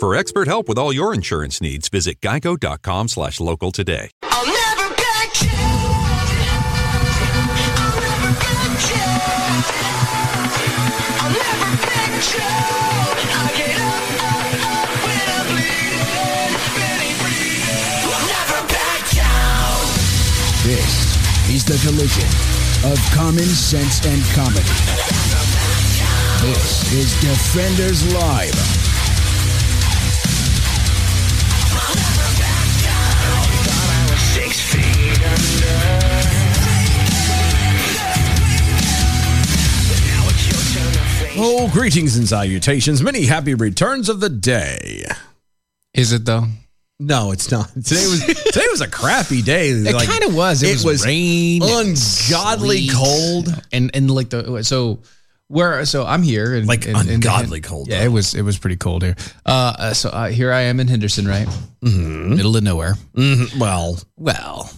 For expert help with all your insurance needs, visit geico.com slash local today. I'll never back down. I'll never back down. I'll never back down. I get up, up, up when I'm bleeding, really bleeding. I'll never back down. This is the collision of common sense and comedy. This is Defenders Live. Oh, greetings and salutations. Many happy returns of the day. Is it though? No, it's not. Today was today was a crappy day. It kind of was. It, was, rain, and ungodly sleet, cold. and and like the so where so I'm here and Like and- and- ungodly cold, Yeah, though. it was it was pretty cold here. Uh, uh, so uh, here I am in Henderson, right? Middle of nowhere. Mhm. Mm-hmm. Well, Well,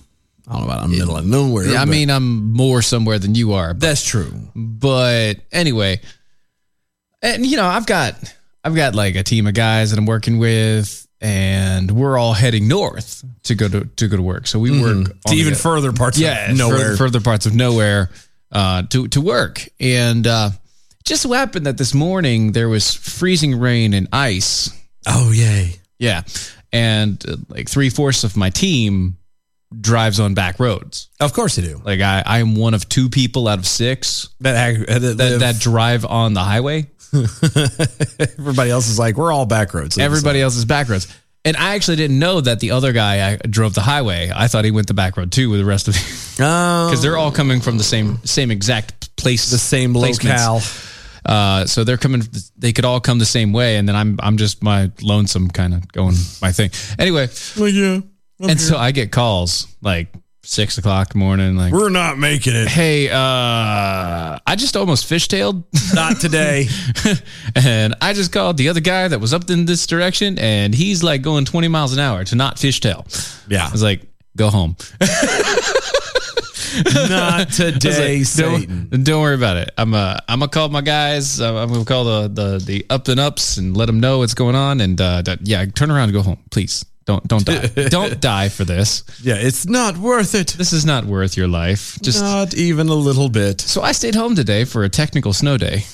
I don't know about I'm middle of nowhere. yeah, I but mean I'm more somewhere than you are, that's true. but anyway and you know i've got i've got like a team of guys that i'm working with and we're all heading north to go to to go to work so we work Mm-hmm. To even further parts yeah of nowhere. fur- further parts of nowhere uh to to work and uh just so happened that this morning there was freezing rain and ice oh yay. yeah and uh, like three-fourths of my team drives on back roads Of course they do. like i i am one of two people out of six That ag- that, that, that drive on the highway everybody else is like we're all back roads. everybody else's back roads. And I actually didn't know that the other guy I drove the highway. I thought he went the back road too with the rest of because because they're all coming from the same same exact place, Oh. the same placements. locale. Uh, so they're coming. They could all come the same way, and then I'm I'm just my lonesome kind of going my thing. Anyway, Well, yeah. and so I get calls like six o'clock morning, like We're not making it. hey, uh, I just almost fishtailed. Not today. and I just called the other guy that was up in this direction, and he's like going 20 miles an hour to not fishtail. Yeah. I was like, go home. not I was like, today, don't, Satan. don't worry about it. I'm uh, I'm gonna call my guys. Uh, I'm, I'm gonna call the the the up and ups and let them know what's going on. And uh, that- yeah, turn around and go home, please. Don't don't die. don't die for this. Yeah, it's not worth it. This is not worth your life. Just Not even a little bit. so I stayed home today for a technical snow day.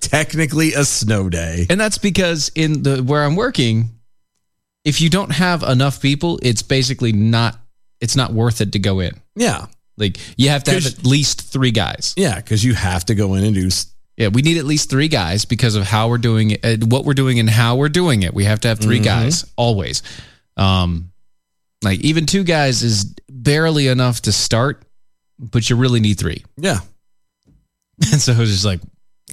Technically a snow day. And that's because in the where I'm working, if you don't have enough people, it's basically not it's not worth it to go in. Yeah. Like you have to have 'Cause- at least three guys. Yeah, because you have to go in and do. s- Yeah, we need at least three guys because of how we're doing it, uh, what we're doing, and how we're doing it. We have to have 3 guys always. Um, like even two guys is barely enough to start, but you really need three. Yeah. And so it was just like,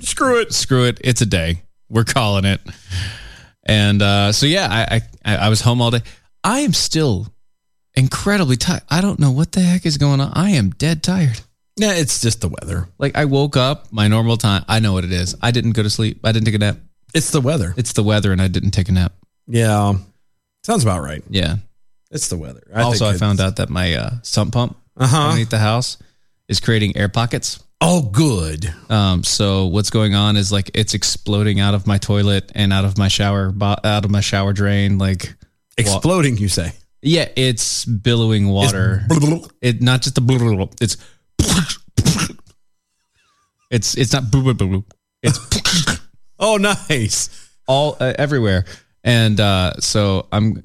screw it, screw it. It's a day. We're calling it. And uh, so yeah, I, I I was home all day. I am still incredibly tired. I don't know what the heck is going on. I am dead tired. Yeah, it's just the weather. Like I woke up my normal time. I know what it is. I didn't go to sleep. I didn't take a nap. It's the weather. It's the weather, and I didn't take a nap. Yeah. Sounds about right. Yeah. It's the weather. also, I found out that my uh, sump pump Uh Uh-huh. huh. underneath the house is creating air pockets. Oh, good. Um, so what's going on is like it's exploding out of my toilet and out of my shower, bo- out of my shower drain. Like, Exploding, you say? Oh, yeah, it's billowing water. it not just the blah, blah, blah, blah. it's it's it's not blah, blah, blah, blah. it's Oh, nice. all uh, everywhere. And uh, so I'm,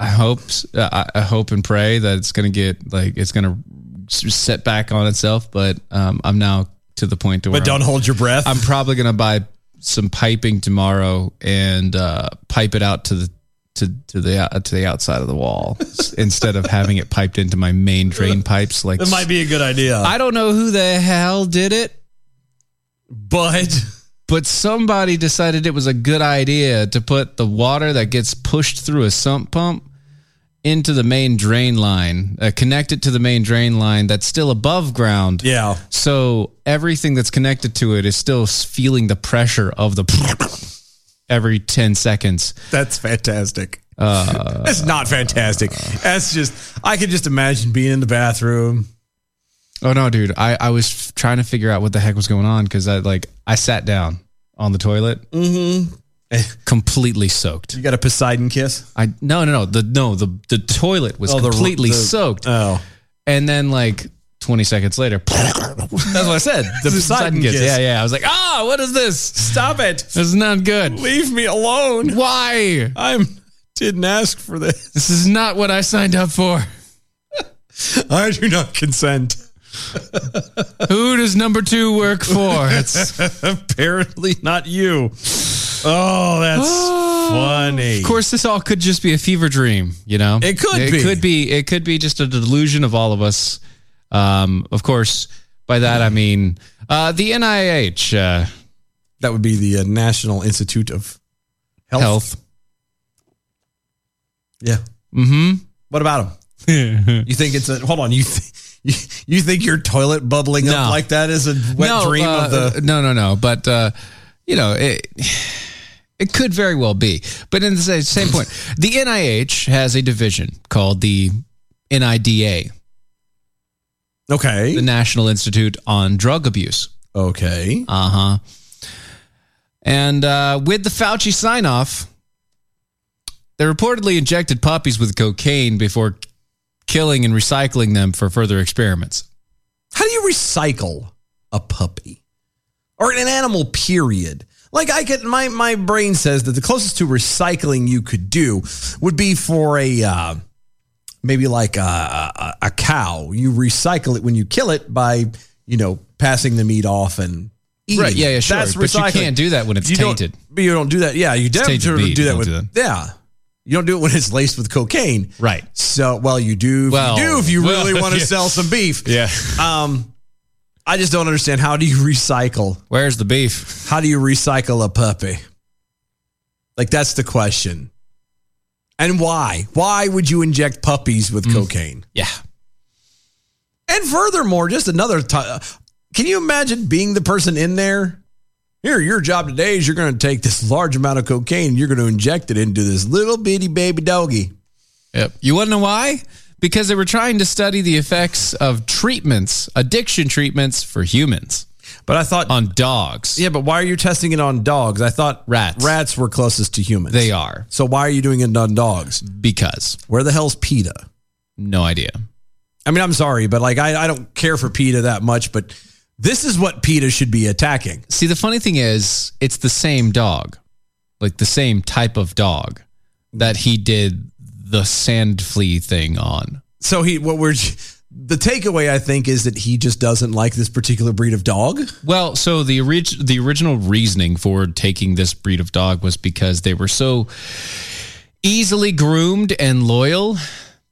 I hope, uh, I I hope and pray that it's gonna get like it's gonna s- set back on itself. But um, I'm now to the point to where But don't I'm, hold your breath. I'm probably gonna buy some piping tomorrow and uh, pipe it out to the to to the uh, to the outside of the wall s- instead of having it piped into my main drain pipes. Like that might be a good idea. I don't know who the hell did it, but but somebody decided it was a good idea to put the water that gets pushed through a sump pump into the main drain line, uh, connect it to the main drain line that's still above ground. yeah, So everything that's connected to it is still s- feeling the pressure of the every 10 seconds. that's fantastic. Uh, that's not fantastic. That's just I could just imagine being in the bathroom. Oh no, dude. I, I was f- trying to figure out what the heck was going on because I like I sat down on the toilet, Mm-hmm. Eh, completely soaked. You got a Poseidon kiss. I no no no the no the the toilet was Oh, the- completely the- soaked, Oh, and then like twenty seconds later, that's what I said. The Poseidon Poseidon kiss. kiss. Yeah yeah. I was like, ah, what is this? stop it! This is not good. Leave me alone. Why? I'm didn't ask for this. This is not what I signed up for. I do not consent. Who does number two work for? It's, Apparently not you. Oh, that's funny. of course, this all could just be a fever dream. You know, It could be. It could be. It could be just a delusion of all of us. Um, of course, by that I mean uh, the NIH. Uh, that would be the uh, National Institute of Health. Health. Yeah. Mm-hmm. What about them? you think it's a hold on? You th- you, you think your toilet bubbling No. up like that is a wet dream uh, of the? no, no, no. But uh, you know, it it could very well be. But in the sa- same point, the NIH has a division called the NIDA, Okay. the National Institute on Drug Abuse. okay. Uh huh. And uh, with the Fauci sign off, they reportedly injected puppies with cocaine before killing and recycling them for further experiments. How do you recycle a puppy or an animal? Period. Like I could, my my brain says that the closest to recycling you could do would be for a uh, maybe like a, a, a cow. You recycle it when you kill it by you know passing the meat off and eating. Right, yeah, yeah, it. sure. But you can't do that when it's You don't- tainted. But you don't do that. Yeah, you definitely tainted don't meat, do you that don't with do yeah. You don't do it when it's laced with cocaine. Right. So well, you do. if Well, you do if you well, really want to yeah. sell some beef. Yeah. Um, I just don't understand how do you recycle? Where's the beef? How do you recycle a puppy? Like that's the question. And why? Why would you inject puppies with Mm. cocaine? Yeah. And furthermore, just another time. Can you imagine being the person in there? Here, your job today is you're going to take this large amount of cocaine and you're going to inject it into this little bitty baby doggy. Yep. You want to know why? Because they were trying to study the effects of treatments, addiction treatments for humans But I thought, on dogs. yeah, but why are you testing it on dogs? I thought Rats. Rats were closest to humans. They are So why are you doing it on dogs? because Where the hell's PETA? no idea. I mean, I'm sorry, but like I, I don't care for PETA that much, but this is what PETA should be attacking. See, the funny thing is, it's the same dog, like the same type of dog that he did the sand flea thing on. So he what we're the takeaway I think is that he just doesn't like this particular breed of dog. Well, so the orig- the original reasoning for taking this breed of dog was because they were so easily groomed and loyal.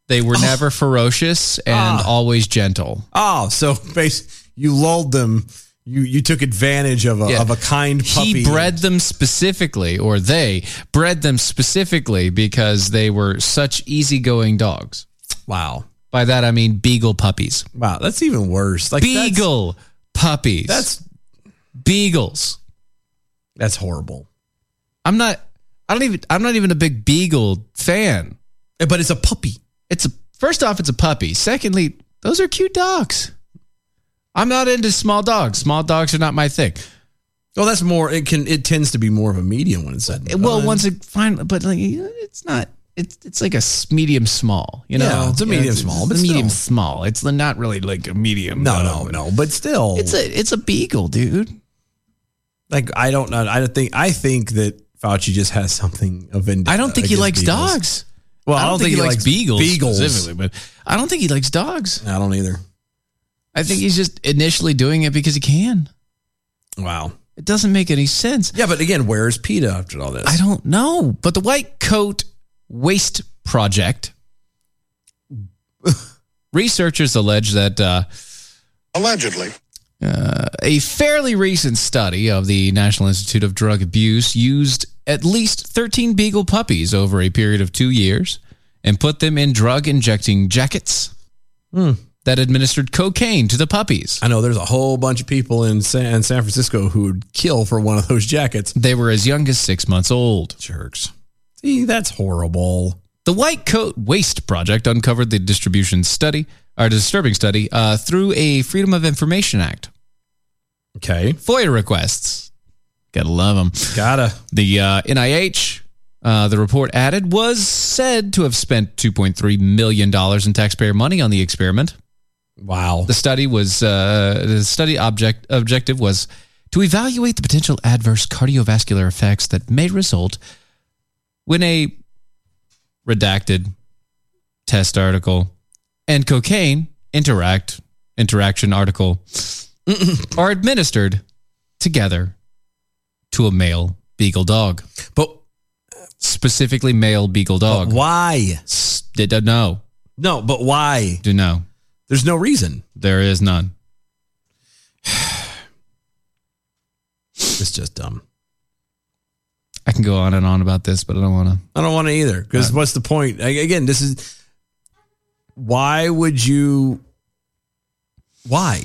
They were never ferocious and always gentle. Oh, so base you lulled them. You you took advantage of a Yeah. of a kind puppy. He bred them specifically, or they bred them specifically because they were such easygoing dogs. Wow. By that I mean beagle puppies. Wow, that's even worse. Like that's- Beagle puppies. That's that's, beagles. horrible. I'm not. I don't even. I'm not even a big beagle fan. But it's a puppy. It's a, first off, it's a puppy. Secondly, those are cute dogs. I'm not into small dogs. Small dogs are not my thing. Well, that's more. It can. It tends to be more of a medium when it's said. and Well, done. once it fine, but like it's not. It's it's like a s- medium small. You know, Yeah, it's a medium small, but it's a medium still. small. It's not really like a medium. no, dog. no, no. But still, It's a it's a beagle, dude. like I don't know. I don't think I think that Fauci just has something of vendetta. I don't think he against likes beagles. dogs. Well, I don't, think, he, likes, beagles, Beagles. specifically, but I don't think he likes dogs. I don't either. I think he's just initially doing it because he can. Wow. It doesn't make any sense. Yeah, but again, where is PETA after all this? I don't know, but the White Coat Waste Project researchers allege that uh, Allegedly. a fairly recent study of the National Institute of Drug Abuse used at least 13 beagle puppies over a period of two years and put them in drug injecting jackets that administered cocaine to the puppies. I know there's a whole bunch of people in San, San Francisco who would kill for one of those jackets. They were as young as six months old. Jerks. See, that's horrible. The White Coat Waste Project uncovered the distribution study, or disturbing study, uh, through a Freedom of Information Act. Okay. FOIA requests. Gotta love them. Gotta. The uh, NIH, uh, the report added, was said to have spent $2.3 million in taxpayer money on the experiment. Wow. The study was uh, the study object objective was to evaluate the potential adverse cardiovascular effects that may result when a redacted test article and cocaine interact interaction article are administered together to a male beagle dog, But specifically male beagle but dog. why? They don't know. No, but why? Do know. There's no reason. There is none. It's just dumb. I can go on and on about this, but I don't want to. I don't want to either. Because what's the point? A- Again, this is why would you? Why?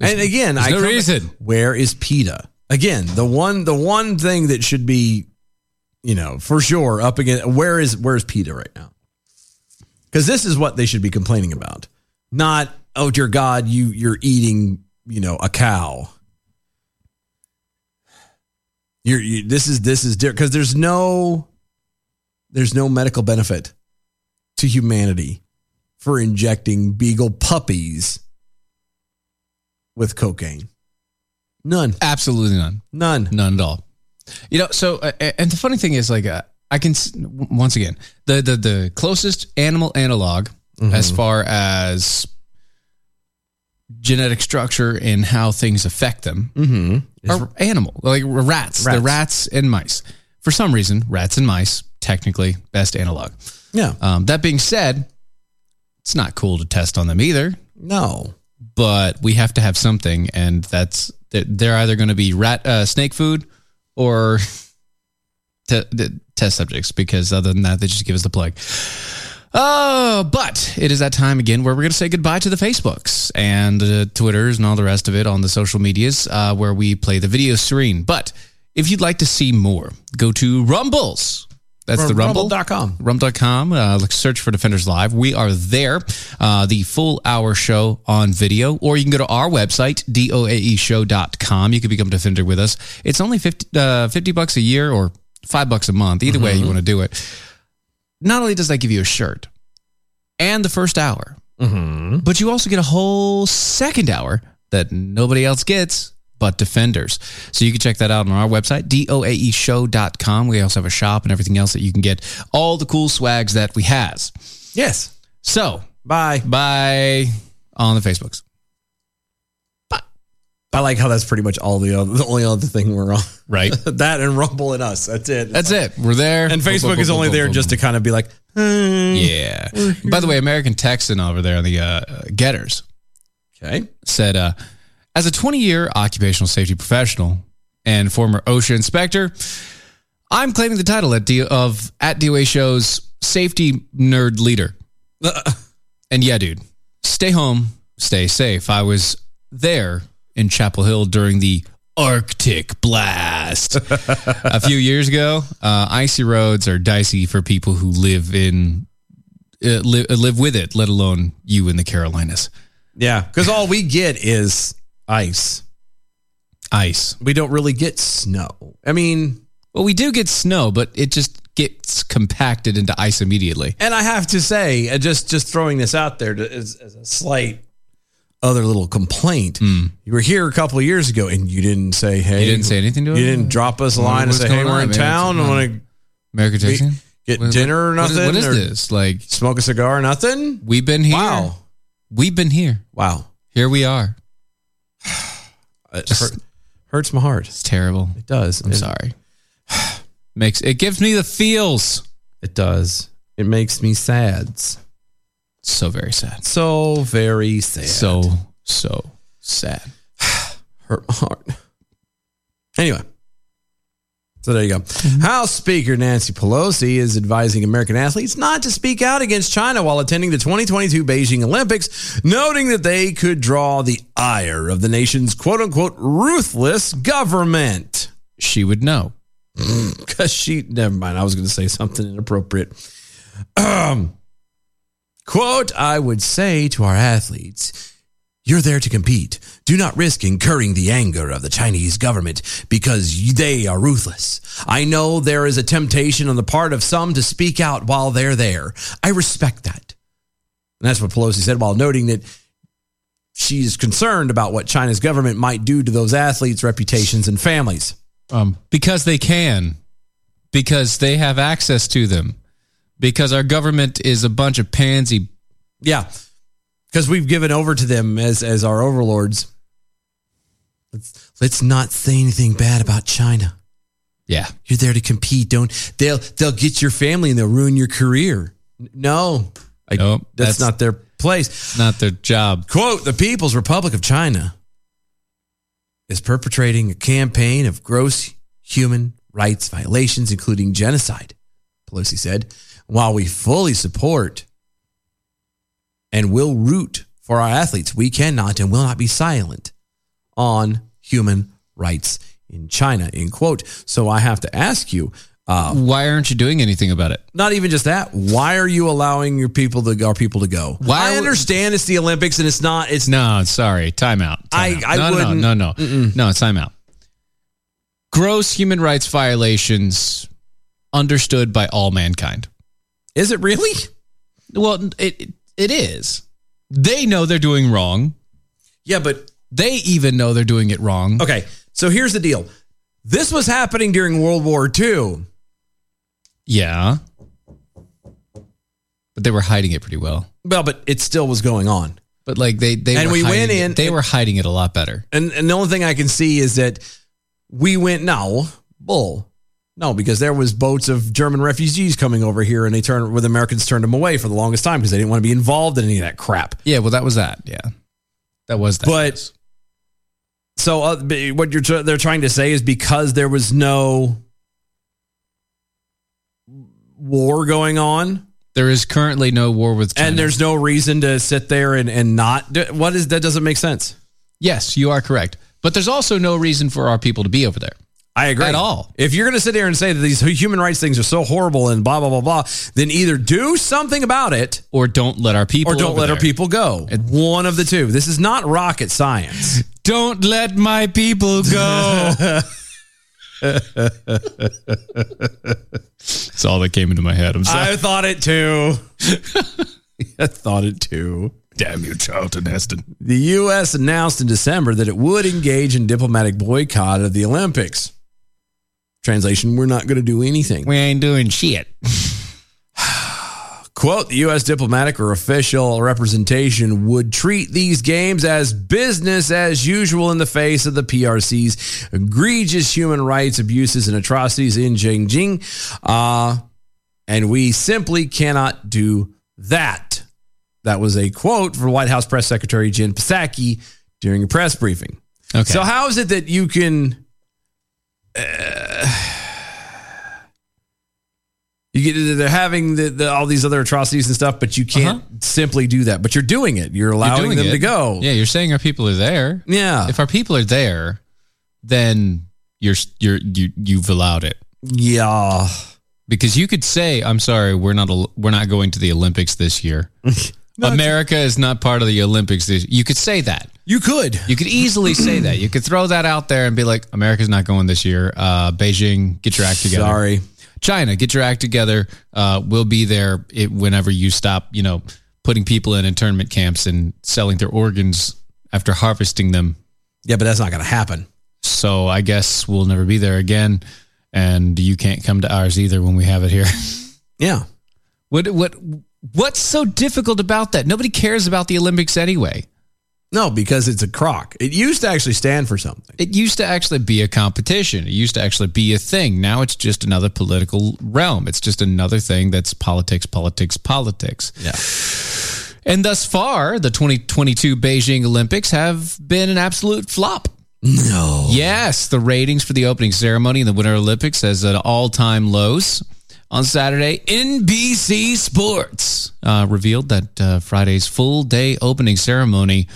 And again, there's I no come- reason. Where is PETA? Again, the one the one thing that should be, you know, for sure up against where is where is PETA right now? Because this is what they should be complaining about, not oh dear God, you you're eating you know a cow. You're you, this is this is different because there's no there's no medical benefit to humanity for injecting beagle puppies with cocaine. None. Absolutely none. None. None at all. You know, so uh, and the funny thing is, like, uh, I can s- once again the the the closest animal analog as far as genetic structure and how things affect them Mm-hmm. are animal like rats, the Rats. rats and mice. For some reason, rats and mice technically best analog. Yeah. Um, that being said, it's not cool to test on them either No. but we have to have something, and that's they're- they're either going to be rat uh, snake food or te- the test subjects because other than that, they just give us the plug. Oh, but it is that time again where we're going to say goodbye to the Facebooks and uh, Twitters and all the rest of it on the social medias uh, where we play the video screen. But if you'd like to see more, go to Rumbles. That's the Rumble Rumble.com. rum.com. Uh, look, search for Defenders Live. We are there. Uh, the full hour show on video, or you can go to our website, E doaeshow.com. You can become a defender with us. It's only 50, uh, 50 bucks a year or five bucks a month. Either way you want to do it. Not only does that give you a shirt and the first hour, but you also get a whole second hour that nobody else gets but defenders. So you can check that out on our website, E doaeshow.com. We also have a shop and everything else that you can get all the cool swags that we has. Yes. So Bye. bye on the Facebooks. I like how that's pretty much all the other, the only other thing we're on. Right. that and Rumble and us. That's it. That's it. We're there. And Facebook is only there just to kind of be like, hmm. Yeah. By the way, American Texan over there on the uh, Getters okay. said, uh, as a 20 year occupational safety professional and former OSHA inspector, I'm claiming the title at D- of at DOA Show's safety nerd leader. and yeah, dude, stay home, stay safe. I was there in Chapel Hill during the Arctic blast a few years ago. Uh, icy roads are dicey for people who live in uh, live, live with it, let alone you in the Carolinas. Yeah. Because all we get is ice. Ice. We don't really get snow. I mean, Well, we do get snow, but it just gets compacted into ice immediately. And I have to say, uh, just just throwing this out there to, as, as a slight other little complaint. You were here a couple of years ago and you didn't say, hey, Hmm. You didn't say anything to You us? didn't drop us a What- line and what's say, hey, going we're on, in man? town. I What's want to American Texan? get What- dinner or what is- nothing? What is or this? Like Smoke a cigar or nothing? we've been here. Wow. We've been here. Wow. Here we are. It Just- hurt- hurts my heart. It's terrible. It does. I'm It- sorry. Makes it gives me the feels. It does. It makes me sad. So very sad. So very sad. So so sad. hurt my heart. Anyway, so there you go. House Speaker Nancy Pelosi is advising American athletes not to speak out against China while attending the 2022 Beijing Olympics, noting that they could draw the ire of the nation's quote unquote ruthless government. She would know. Because she, never mind, I was going to say something inappropriate. Um, quote, I would say to our athletes, you're there to compete. Do not risk incurring the anger of the Chinese government because they are ruthless. I know there is a temptation on the part of some to speak out while they're there. I respect that. And that's what Pelosi said while noting that she's concerned about what China's government might do to those athletes' reputations and families. Um, because they can, because they have access to them, because our government is a bunch of pansy. Yeah, because we've given over to them as as our overlords. Let's let's not say anything bad about China. Yeah, You're there to compete. Don't they'll they'll get your family and they'll ruin your career. N- No, I, Nope, that's, that's- not their place. not their job. Quote: The People's Republic of China is perpetrating a campaign of gross human rights violations, including genocide. Pelosi said, while we fully support and will root for our athletes, we cannot and will not be silent on human rights in China. End quote. So I have to ask you, uh, Why aren't you doing anything about it? not even just that. Why are you allowing your people to our people to go? Why I would- understand it's the Olympics and it's not. It's No, sorry, timeout. I- timeout. I no, no, wouldn't- no, no, no, no, timeout. Gross human rights violations, understood by all mankind. Is it really? Well, it it is. They know they're doing wrong. Yeah, but They even know they're doing it wrong. okay. So here's the deal. This was happening during World War II. Yeah. But they were hiding it pretty well. Well, but it still was going on. But like they they And were we hiding went it- in- They were hiding it a lot better. And and the only thing I can see is that we went no bull. No, because there was boats of German refugees coming over here, and they turned with Americans turned them away for the longest time because they didn't want to be involved in any of that crap. Yeah. Well, that was that. Yeah. That was that. But so uh, b- what you're tr- they're trying to say is because there was no war going on, there is currently no war with China. and there's no reason to sit there and and not do, what is that doesn't make sense. yes, you are correct. But there's also no reason for our people to be over there. I agree. At all. If you're going to sit here and say that these human rights things are so horrible and blah blah blah blah, then either do something about it Or don't let our people. or don't over let our there. people go. One of the two. This is not rocket science. Don't let my people go. It's all that came into my head. I'm sorry. I thought it too. I thought it too. Damn you, Charlton Heston. The U.S. announced in December that it would engage in diplomatic boycott of the Olympics. Translation, we're not going to do anything. We ain't doing shit. Quote, the U.S. diplomatic or official representation would treat these games as business as usual in the face of the PRC's egregious human rights abuses and atrocities in Beijing. Uh, and we simply cannot do that. That was a quote from White House Press Secretary Jen Psaki during a press briefing. Okay. So how is it that you can uh, you get they're having the, the, all these other atrocities and stuff, but you can't Uh-huh. simply do that. But you're doing it. You're You're allowing doing them it. to go. Yeah, you're saying our people are there. Yeah. If our people are there, then you're you're you you've allowed it Yeah. because you could say, "I'm sorry, we're not al- we're not going to the Olympics this year." America is not part of the Olympics. This you could say that. You could. You could easily say that. You could throw that out there and be like, "America's not going this year." Uh, Beijing, get your act together. Sorry. China, get your act together. Uh, we'll be there it, whenever you stop, you know, putting people in internment camps and selling their organs after harvesting them. Yeah, but that's not going to happen. So I guess we'll never be there again. And you can't come to ours either when we have it here. Yeah. what what what's so difficult about that? Nobody cares about the Olympics anyway. No, because it's a crock. It used to actually stand for something. It used to actually be a competition. It used to actually be a thing. Now it's just another political realm. It's just another thing that's politics, politics, politics. Yeah. And thus far, the 2022 Beijing Olympics have been an absolute flop. No. Yes, the ratings for the opening ceremony in the Winter Olympics is at all time lows. On Saturday, NBC Sports uh, revealed that uh, Friday's full day opening ceremony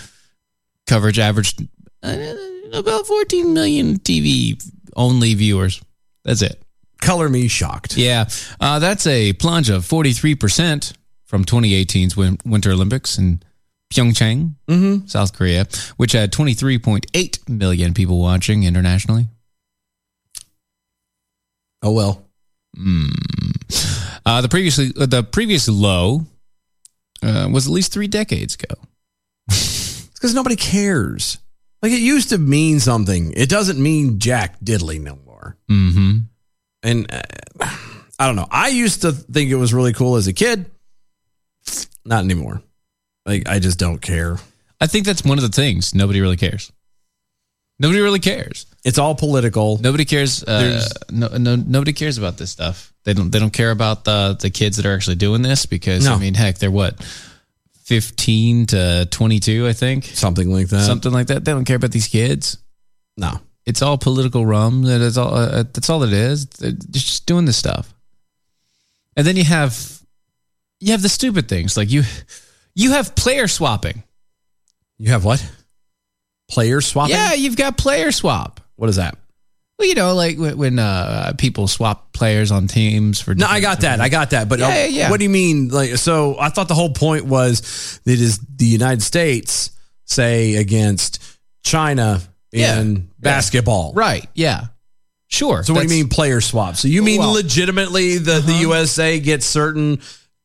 coverage averaged uh, about 14 million TV only viewers. That's it. Color me shocked. Yeah, uh, that's a plunge of 43% from 2018's Win- Winter Olympics in Pyeongchang, South Korea, which had 23.8 million people watching internationally. Oh, well. Hmm. Uh, the previously uh, the previous low uh, was at least three decades ago. It's because nobody cares. Like it used to mean something. It doesn't mean Jack Diddley no more. Mm-hmm. And uh, I don't know. I used to think it was really cool as a kid. Not anymore. Like I just don't care. I think that's one of the things nobody really cares. Nobody really cares. It's all political. Nobody cares. Uh, There's- no, no, nobody cares about this stuff. They don't. They don't care about the the kids that are actually doing this because I No. mean, heck, they're what fifteen to twenty two, I think, Something like that. something like that. They don't care about these kids. no. It's all political rum. That is all. Uh, that's all it is. They're just doing this stuff. And then you have you have the stupid things like you you have player swapping. You have what? Player swapping? Yeah, you've got player swap. What is that? Well, you know, like when, when uh, people swap players on teams for No, I got that. I got that. But Yeah, uh, yeah, yeah. what do you mean? Like, so I thought the whole point was that is the United States say against China in Yeah. Yeah. basketball, Right. Yeah. Sure. So what do you That's- mean player swap? So you mean Well- legitimately the the USA gets certain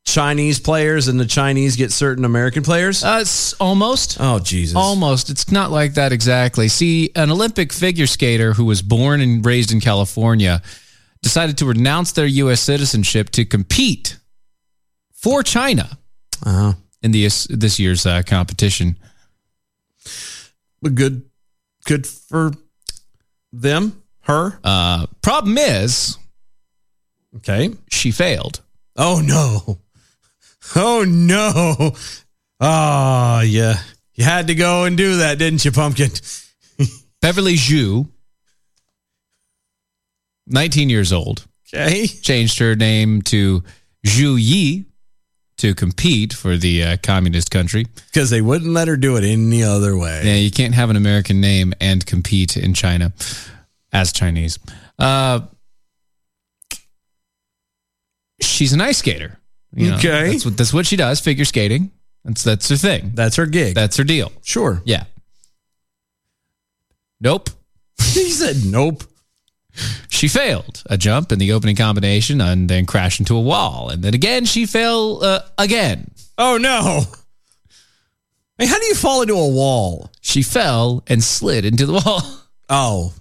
Chinese players and the Chinese get certain American players? Uh, it's almost. oh Jesus! Almost. It's not like that exactly. See, an Olympic figure skater who was born and raised in California decided to renounce their U.S. citizenship to compete for China Uh-huh. in the, this year's uh, competition. But good, good for them. Her. Uh, problem is, Okay. she failed. Oh no. Oh no. Oh yeah. You had to go and do that, didn't you, Pumpkin? Beverly Zhu, 19 years old, Okay. changed her name to Zhu Yi to compete for the uh, communist country. Because they wouldn't let her do it any other way. Yeah, you can't have an American name and compete in China as Chinese. Uh, she's an ice skater. You know, Okay. that's what that's what she does. Figure skating. That's that's her thing. That's her gig. That's her deal. sure. Yeah. Nope. he said nope. She failed a jump in the opening combination and then crashed into a wall. And then again, she fell uh, again. Oh no. Hey, how do you fall into a wall? She fell and slid into the wall. Oh.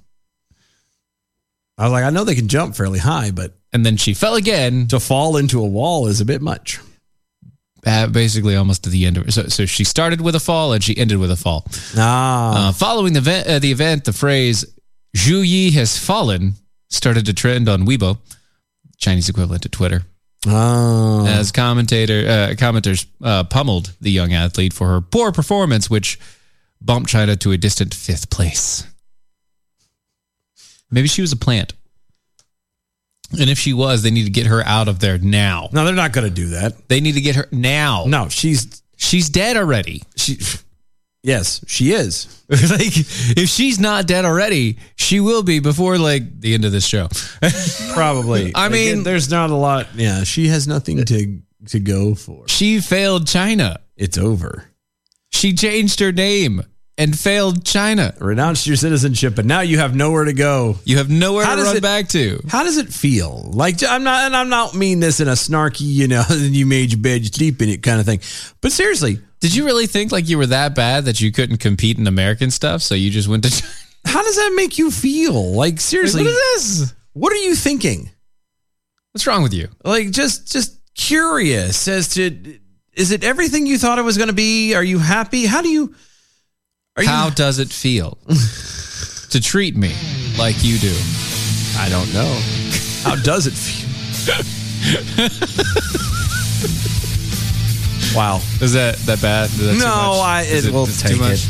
I was like, I know they can jump fairly high, but And then she fell again, to fall into a wall is a bit much. uh, basically almost to the end of it. So, so she started with a fall and she ended with a fall. Ah. Uh, following the event, uh, the event, the phrase "Zhu Yi has fallen" started to trend on Weibo, Chinese equivalent to Twitter, oh. as commentator uh, commenters uh, pummeled the young athlete for her poor performance, which bumped China to a distant fifth place. Maybe she was a plant, and if she was, they need to get her out of there now. no, they're not going to do that. They need to get her now. No, she's she's dead already. she. Yes, she is. like if she's not dead already, she will be before like the end of this show. Probably. I Like, mean- there's not a lot. Yeah, she has nothing to to go for. she failed China. It's over. She changed her name. and failed China. Renounced your citizenship, but now you have nowhere to go. You have nowhere How to does run it- back to. How does it feel? Like I'm not, and I'm not mean this in a snarky, you know, you made your bed, you sleep in it kind of thing. But seriously, Did you really think like you were that bad that you couldn't compete in American stuff? So you just went to China? how does that make you feel? Like seriously, what is this? what are you thinking? What's wrong with you? Like just, just curious as to is it everything you thought it was going to be? Are you happy? How do you? Are you? How does it feel to treat me like you do? I don't know. How does it feel? wow. Is that that bad? Is that too No, much? I- Is it- we'll is take it.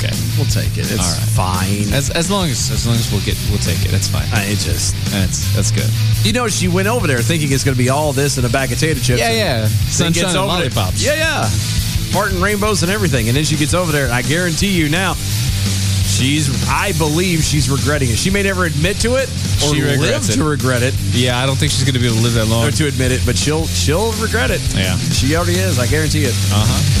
Okay, We'll take it. It's fine. as as long as as long as we'll get we'll take it. That's fine. I just, That's that's good. you know, she went over there thinking it's going to be all this and a bag of potato chips. Yeah, and yeah. then Sunshine gets and over there. lollipops. Yeah, yeah. Parting rainbows and everything. And then she gets over there, and I guarantee you now, she's, I believe she's regretting it. She may never admit to it or She live regrets it. to regret it Yeah, I don't think she's gonna be able to live that long. or to admit it, but she'll, she'll regret it. Yeah. She already is. I guarantee it. Uh huh.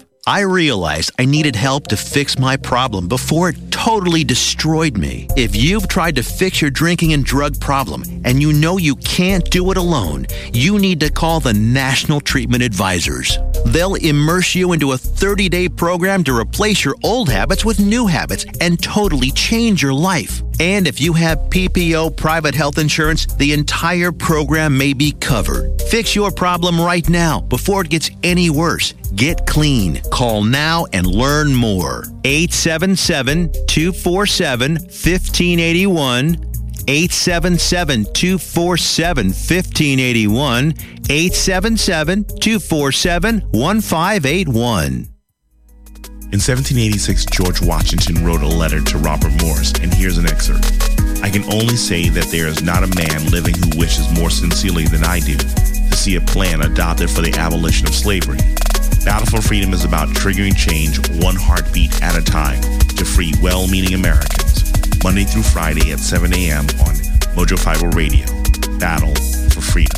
I realized I needed help to fix my problem before it totally destroyed me. If you've tried to fix your drinking and drug problem and you know you can't do it alone, you need to call the National Treatment Advisors. They'll immerse you into a 30 day program to replace your old habits with new habits and totally change your life. And if you have PPO private health insurance, the entire program may be covered. Fix your problem right now before it gets any worse. Get clean. Call now and learn more. 877 247 1581. 877 247 1581. 877 247 1581. In 1786, George Washington wrote a letter to Robert Morris, and here's an excerpt. I can only say that there is not a man living who wishes more sincerely than I do to see a plan adopted for the abolition of slavery. Battle for Freedom is about triggering change one heartbeat at a time to free well meaning Americans. Monday through Friday at 7 a.m. on Mojo Fiber Radio. Battle for Freedom.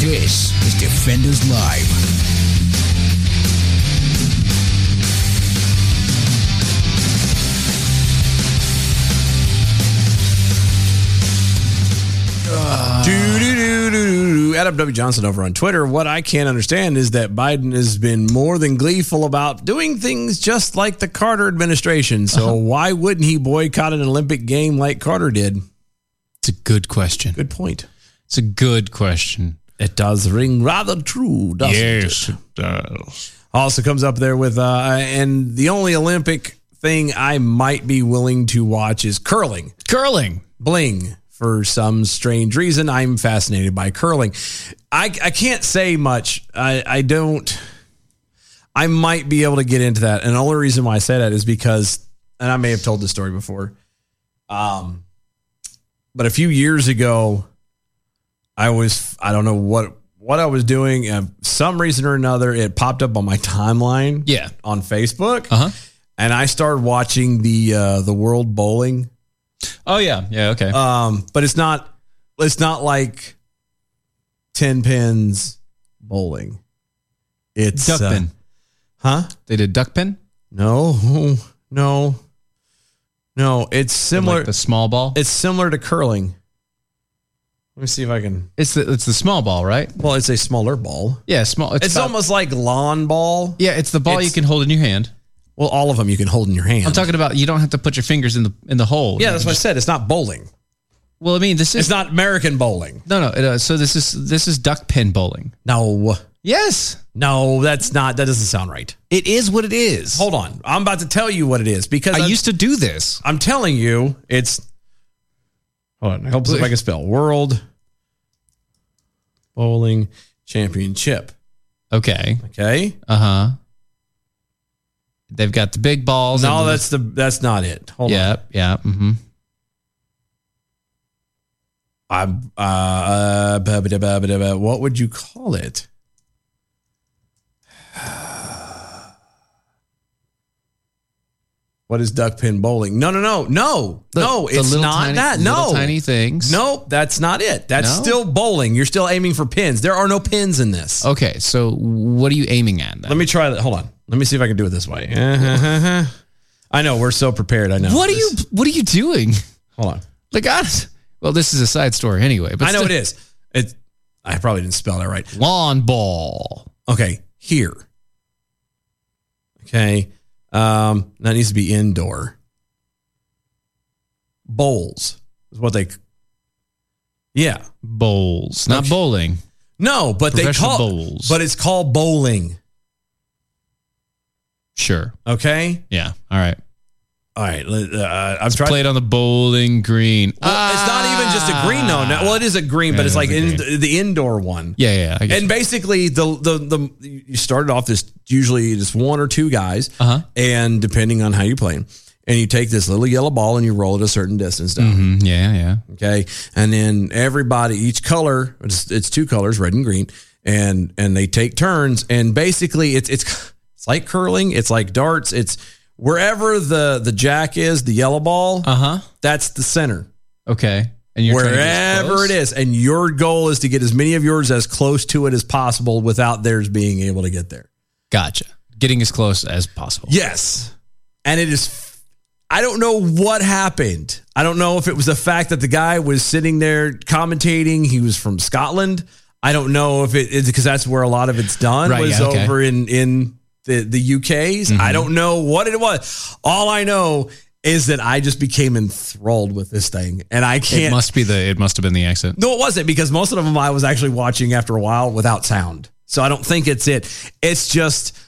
This is Defenders Live. Do, do, do, do, do, do. Adam W. Johnson over on Twitter. What I can't understand is that Biden has been more than gleeful about doing things just like the Carter administration. So why wouldn't he boycott an Olympic game like Carter did? It's a good question. Good point. It's a good question. It does ring rather true, doesn't it? Also comes up there with, uh, and the only Olympic thing I might be willing to watch is curling. Curling. bling for some strange reason i'm fascinated by curling i, I can't say much I, I don't i might be able to get into that and the only reason why i say that is because and i may have told this story before um but a few years ago i was i don't know what what i was doing and some reason or another it popped up on my timeline Yeah. on facebook Uh huh. and i started watching the uh the world bowling Oh yeah. Yeah. Okay. um, but it's not it's not like ten pins bowling. It's duck uh, pin. huh? They did duck pin. No, no, no. It's similar. the small ball. It's similar to curling. Let me see if I can. It's the it's the small ball, right? Well, it's a smaller ball. Yeah, small. It's, about- almost like lawn ball. Yeah, it's the ball you It's- can hold in your hand. Well, all of them you can hold in your hand. I'm talking about you don't have to put your fingers in the in the hole. yeah, that's what I said. It's not bowling. Well, I mean, this is It's not American bowling. no, no. it, uh, so this is this is duck pin bowling. No, Yes, no, that's not. That doesn't sound right. it is what it is. Hold on. I'm about to tell you what it is because I I'm- used to do this. I'm telling you, it's. Hold on. I hope if I can spell World Bowling Championship. Okay. Okay. Uh huh. They've got the big balls. No, and the- that's the that's not it. Hold yeah, yeah. Mm-hmm. on. I uh, ba- ba- ba- ba- ba- what would you call it? What is duck pin bowling? No, no, no, no, no. It's not tiny, that. No, little tiny things. Nope, that's not it. That's No? still bowling. You're still aiming for pins. There are no pins in this. Okay, so what are you aiming at? Then? Let me try that. Hold on. Let me see if I can do it this way. Uh-huh. I know we're so prepared. I know. what are you? This- What are you doing? Hold on. Like, honest. Well, this is a side story anyway. But I know still- it is. It. I probably didn't spell that right. Lawn ball. Okay, here. Okay, um, that needs to be indoor. Bowls is what they. Yeah. Bowls, not Okay. bowling. No, but they Professional call bowls. but it's called bowling. Sure. Okay. Yeah. All right. All right. let- Uh, I'm Played trying. on the bowling green. Ah. Well, it's not even just a green though. No, well, it is a green, Yeah, but it's it like in is a the, the indoor one. Yeah, yeah. I guess. And basically, the, the the you started off this usually just one or two guys, Uh-huh. and depending on how you play 'em. and you take this little yellow ball and you roll it a certain distance down. Mhm, yeah, yeah. Okay, and then everybody, each color, it's, it's two colors, red and green, and and they take turns, and basically, it's it's it's like curling, it's like darts, it's wherever the the jack is, the yellow ball, Uh huh. that's the center Okay. And you're trying to get as wherever close? it is. And your goal is to get as many of yours as close to it as possible without theirs being able to get there. Gotcha. Getting as close as possible. Yes. And it is, I don't know what happened. I don't know if it was the fact that the guy was sitting there commentating. He was from Scotland. I don't know if it is because that's where a lot of it's done Right, was yeah, okay. Mm-hmm. over in, in the, the UK's. I don't know what it was. All I know is that I just became enthralled with this thing and I It can't must be the. It must have been the accent. No, it wasn't because most of them I was actually watching after a while without sound. So I don't think it's it. It's just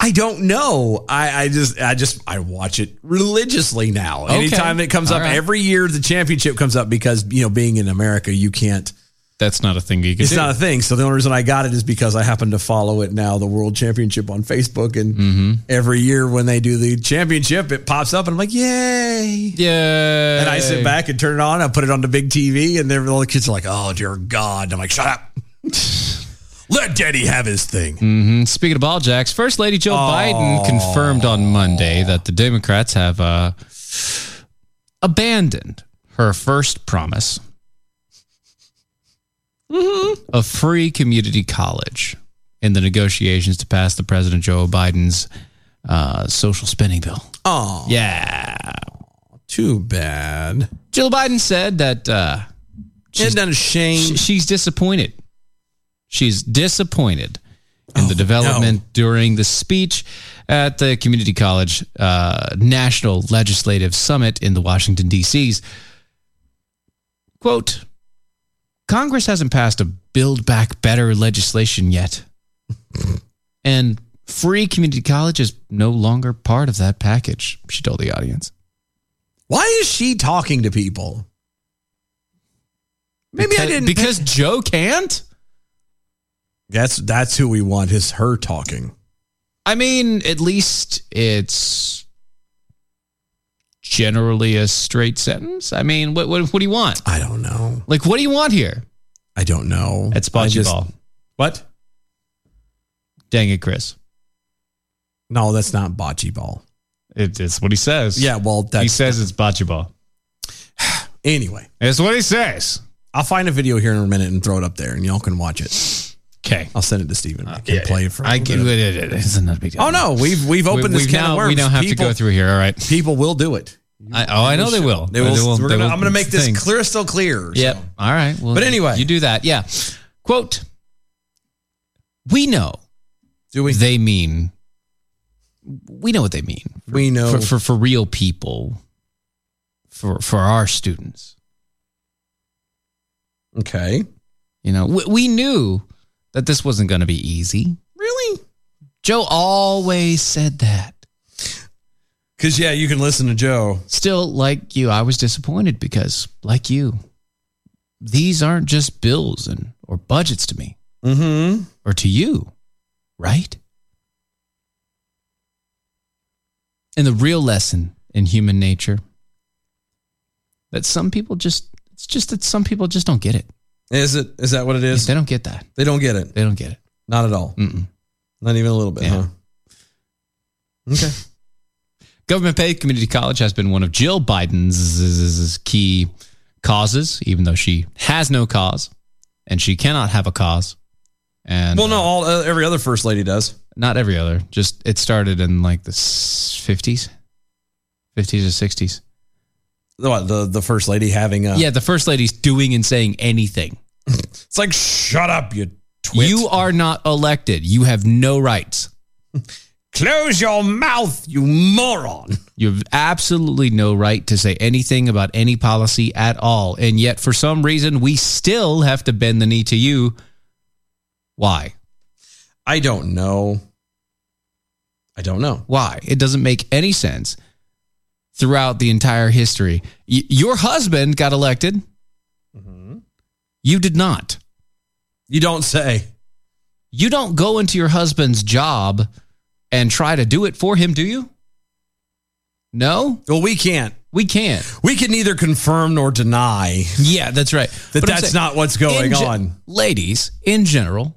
I don't know. I, I just I just I watch it religiously now. Okay. Anytime it comes All up, right. every year the championship comes up because you know being in America you can't. That's not a thing you can It's do. not a thing. So the only reason I got it is because I happen to follow it now, the World Championship on Facebook, and Mm-hmm. every year when they do the championship, it pops up, and I'm like, yay! yeah. And I sit back and turn it on. I put it on the big TV, and they're, all the kids are like, "Oh dear God!" And I'm like, "Shut up! Let Daddy have his thing." hmm Speaking of ball jacks, First Lady Joe Biden confirmed on Monday that the Democrats have uh, abandoned her first promise of free community college in the negotiations to pass the President Joe Biden's uh, social spending bill. Oh, Yeah. too bad. Jill Biden said that uh, Isn't that a shame? Sh- she's disappointed. She's disappointed Oh, in the development during the speech at the community college uh, national legislative summit in the Washington D.C.'s. Quote: Congress hasn't passed a Build Back Better legislation yet, and free community college is no longer part of that package. She told the audience. Why is she talking to people? Maybe I Because- didn't. because Joe can't. that's that's who we want. Is her talking? I mean, at least it's generally a straight sentence. I mean, what what, what do you want? I don't know. Like, what do you want here? I don't know. That's I bocce just- ball. What? Dang it, Chris! No, that's not bocce ball. It, it's what he says. Yeah, well, he that's says it's bocce ball. anyway. It's what he says. I'll find a video here in a minute and throw it up there, and y'all can watch it. Okay. I'll send it to Steven. I can play it for Uh, I can. It, it, it's not a big deal. Oh no, we've we've opened we, this we've can now, of worms. We don't have People- to go through here. All right. People will do it. I, oh, I know they will. They will. we're they gonna, will- I'm going to make this thing. clear, still clear. so. Yep. All right. Well, But anyway. you do that. Yeah. Quote. We know. Do we? They mean. We know what they mean. We know. for for, for real people. For for our students. Okay. You know, we, we knew that this wasn't going to be easy. Really? Joe always said that. Because yeah, you can listen to Joe. Still, like you, I was disappointed because, like you, these aren't just bills and or budgets to me Mm-hmm. or to you, right? And the real lesson in human nature that some people just it's just that some people just don't get it. Is it? Is that what it is? They don't get that. They don't get it. They don't get it. Not at all. Mm-mm. Not even a little bit. Yeah. Huh? Okay. Government paid community college has been one of Jill Biden's key causes, even though she has no cause and she cannot have a cause. And well, no, all uh, every other first lady does. not every other, just it started in like the s- 50s, 50s or 60s. The what, the the first lady having a Yeah, the first lady's doing and saying anything. It's like shut up, you twit. You are not elected. You have no rights. close your mouth, you moron. You have absolutely no right to say anything about any policy at all. And yet, for some reason, we still have to bend the knee to you. Why? I don't know. I don't know. Why? It doesn't make any sense throughout the entire history. Y- your husband got elected. Mm-hmm. You did not. You don't say. You don't go into your husband's job and try to do it for him, do you? No, Well, we can't. we can't. We can neither confirm nor deny Yeah, that's right. that But I'm that's saying- not what's going in ge- on. Ladies, in general,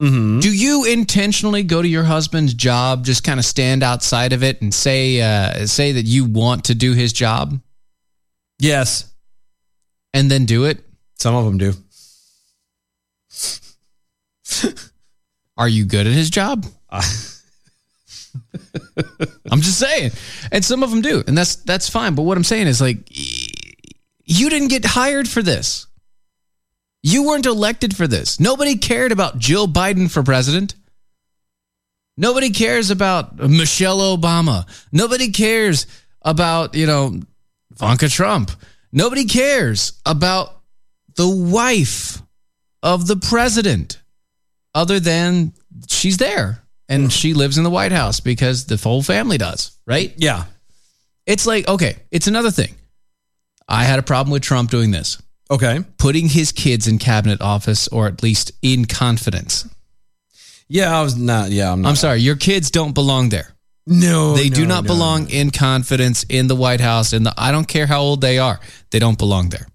Mm-hmm. do you intentionally go to your husband's job, just kind of stand outside of it and say uh, say that you want to do his job Yes, and then do it? some of them do. Are you good at his job? I'm just saying. And some of them do. And that's that's fine, but what I'm saying is like y- you didn't get hired for this. You weren't elected for this. Nobody cared about Jill Biden for president. Nobody cares about Michelle Obama. Nobody cares about, you know, Ivanka Trump. Nobody cares about the wife of the president other than she's there and she lives in the White House because the whole family does, right? Yeah. It's like, okay, it's another thing. I had a problem with Trump doing this, Okay. putting his kids in cabinet office or at least in confidence. Yeah, I was not. Yeah, I'm not. I'm sorry, your kids don't belong there. No, they do Oh, no, not no. belong in confidence in the White House. In the I don't care how old they are, they don't belong there.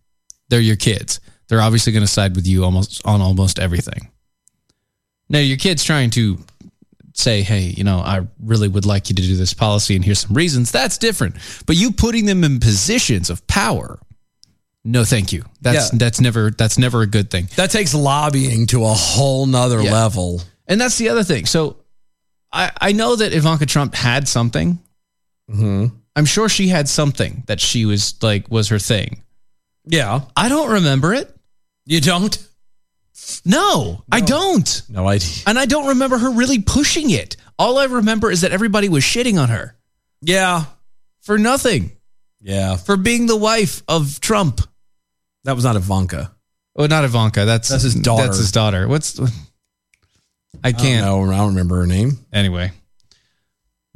They're your kids. They're obviously going to side with you almost on almost everything. Now your kids trying to say, "Hey, you know, I really would like you to do this policy, and here's some reasons." That's different. But you putting them in positions of power, no, thank you. That's Yeah. that's never that's never a good thing. That takes lobbying to a whole nother Yeah. level. And that's the other thing. So I, I know that Ivanka Trump had something. Mhm. I'm sure she had something that she was like was her thing. Yeah. I don't remember it. You don't? No, I don't. No idea. And I don't remember her really pushing it. All I remember is that everybody was shitting on her Yeah. for nothing, Yeah. for being the wife of Trump. That was not Ivanka. Oh, not Ivanka. That's, That's his daughter. That's his daughter. What's I I don't can't. know. I don't remember her name. anyway, I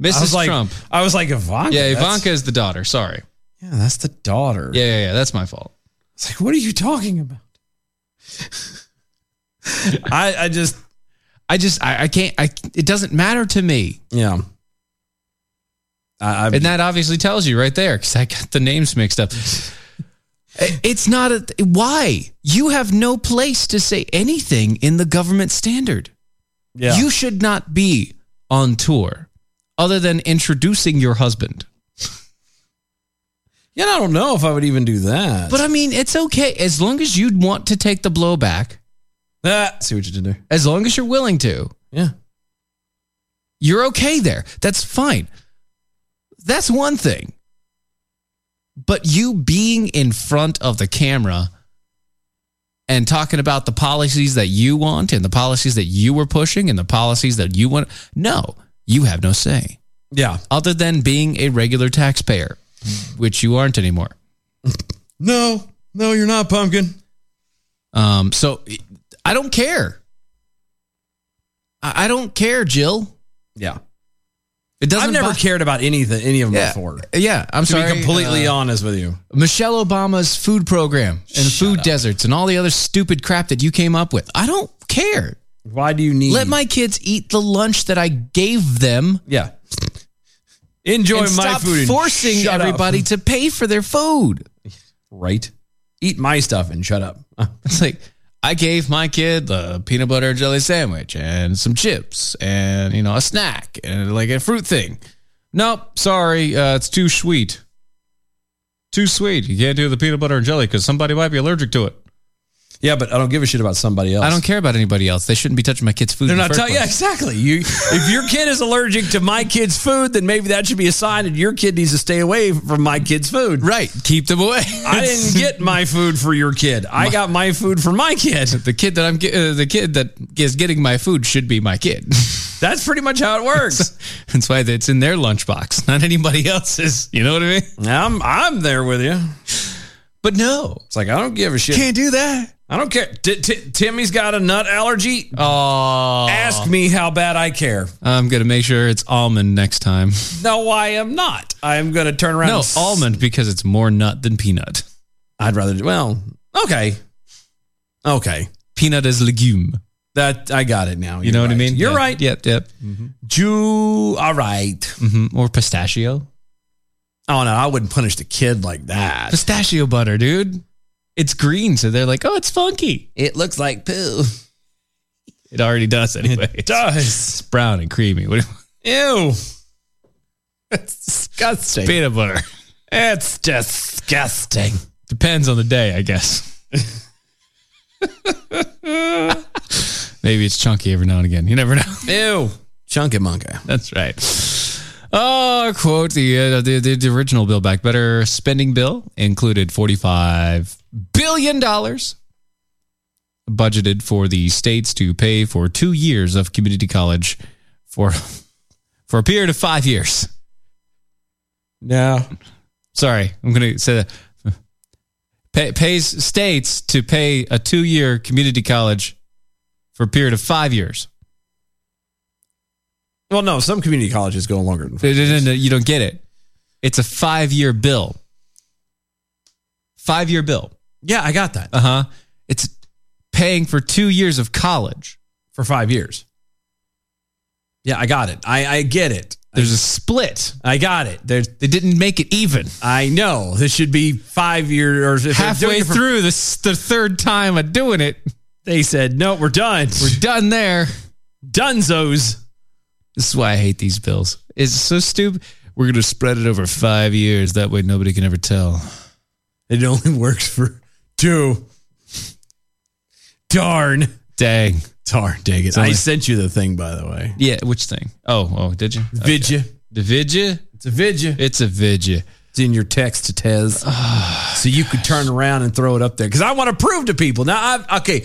was Mrs. like, Trump. I was like, Ivanka? Yeah, That's- Ivanka is the daughter. Sorry. Yeah, that's the daughter. Yeah, yeah, yeah. That's my fault. It's like, what are you talking about? I, I just, I just I, I can't I it doesn't matter to me. yeah. I, I, And that obviously tells you right there cuz I got the names mixed up. I- It's not a why? You have no place to say anything in the government standard. yeah. You should not be on tour other than introducing your husband. yeah, I don't know if I would even do that. But I mean, it's okay as long as you want to take the blowback Ah, see what you did there. As long as you're willing to. Yeah. You're okay there. That's fine. That's one thing. But you being in front of the camera and talking about the policies that you want and the policies that you were pushing and the policies that you want, no, you have no say. Yeah. Other than being a regular taxpayer, which you aren't anymore. No, no, you're not pumpkin. Um, so I don't care. I, I don't care, Jill. Yeah. It doesn't. I've never bo- cared about anything, any of them before. Yeah, I'm to sorry, Be completely uh, honest with you. Michelle Obama's food program and food deserts and all the other stupid crap that you came up with. I don't care. Why do you need? Let my kids eat the lunch that I gave them. yeah. Enjoy and my stop food. and forcing shut up. everybody to pay for their food. right. Eat my stuff and shut up. Uh, It's like I gave my kid the peanut butter and jelly sandwich and some chips and you know a snack and like a fruit thing. Nope, sorry, uh, it's too sweet. Too sweet. You can't do the peanut butter and jelly because somebody might be allergic to it. Yeah, but I don't give a shit about somebody else. I don't care about anybody else. They shouldn't be touching my kid's food. They're in the not first telling. Yeah, place. exactly. You, if your kid is allergic to my kid's food, then maybe that should be a sign that your kid needs to stay away from my kid's food. Right. Keep them away. I didn't get my food for your kid. I got my food for my kid. the kid that I'm ge- uh, the kid that is getting my food should be my kid. That's pretty much how it works. That's why it's in their lunchbox, not anybody else's. You know what I mean? I'm I'm there with you. But no, It's like I don't give a shit. can't do that. I don't care. T- T- Timmy's got a nut allergy. Oh, Ask me how bad I care. I'm gonna make sure it's almond next time. No, I am not. I am going to turn around. No, and s- almond because it's more nut than peanut. I'd rather do. Well, okay, okay. Peanut is legume. That I got it now. You know You're what I right. mean? You're Yeah. right. Yep, yep. Jew. All right. hmm Or pistachio. Oh no, I wouldn't punish the kid like that. Pistachio butter, dude. It's green, so they're like, oh, it's funky. It looks like poo. It already does anyway. It does. It's brown and creamy. What do you- Ew. That's disgusting. Peanut butter. It's disgusting. Depends on the day, I guess. Maybe it's chunky every now and again. You never know. Ew. Chunky monkey. That's right. Oh, quote the, uh, the the the original Build Back Better spending bill included forty five billion dollars budgeted for the states to pay for two years of community college for for a period of five years. No. Sorry, I'm going to say that. Pay, pays states to pay a two year community college for a period of five years. Well, no. Some community colleges go longer than. No, no, no, you don't get it. It's a five year bill. Five year bill. Yeah, I got that Uh huh. It's paying for two years of college. for five years. Yeah, I got it. I, I get it. There's a split. I got it. There's. They didn't make it even. I know this should be five year or if they're doing Halfway it for- through this, the third time of doing it, They said no. We're done. we're done there. Dunzos. This is why I hate these bills. It's so stupid. We're going to spread it over five years. That way nobody can ever tell. It only works for two. Darn. Dang. Darn. Dang it. only- I sent you the thing, by the way. Yeah, which thing? Oh, oh, did you? Okay. Vidya. The vidya? It's a vidya. It's a vidya. It's in your text to Tez. so you could turn around and throw it up there. Because I want to prove to people. Now, I've, okay,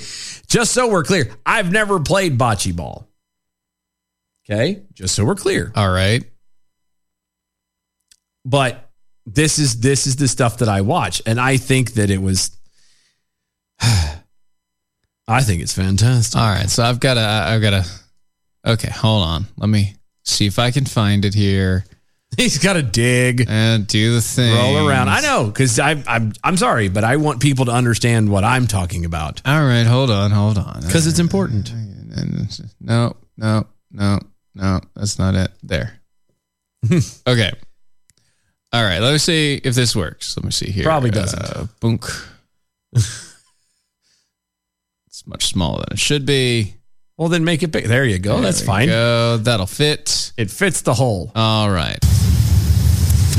just so we're clear, I've never played bocce ball. Okay. Just so we're clear. All right. but this is this is the stuff that I watch, and I think that it was. I think it's fantastic. All right, so I've got to, I've got to. Okay, hold on. Let me see if I can find it here He's got to dig, and do the thing. roll around. I know because I I'm I'm sorry, but I want people to understand what I'm talking about All right, hold on, hold on. because it's important. No, no, no, no. That's not it. There. okay. All right. Let me see if this works. Let me see here. Probably doesn't. Uh, boonk. it's much smaller than it should be. Well, then make it big. There you go. There Oh, That's we fine. Go. That'll fit. It fits the hole. All right.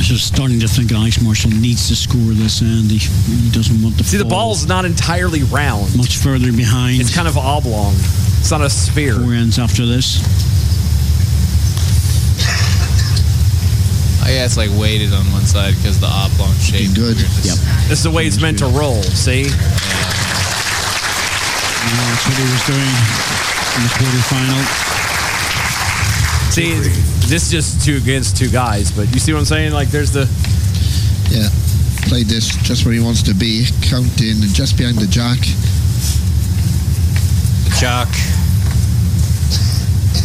So starting to think Ice Marshall needs to score this end. He, he doesn't want the See, the ball's not entirely round. Much further behind. It's kind of oblong. It's not a sphere. Four ends after this. Oh, yeah, it's like weighted on one side because the oblong shape. Good. Yep. This is the way it's meant to roll. See? Yeah, that's what he was doing in the quarterfinal. See, this is just two against two guys, but you see what I'm saying? Like, there's the. Yeah, played this just where he wants to be, counting and just behind the jack. Jock.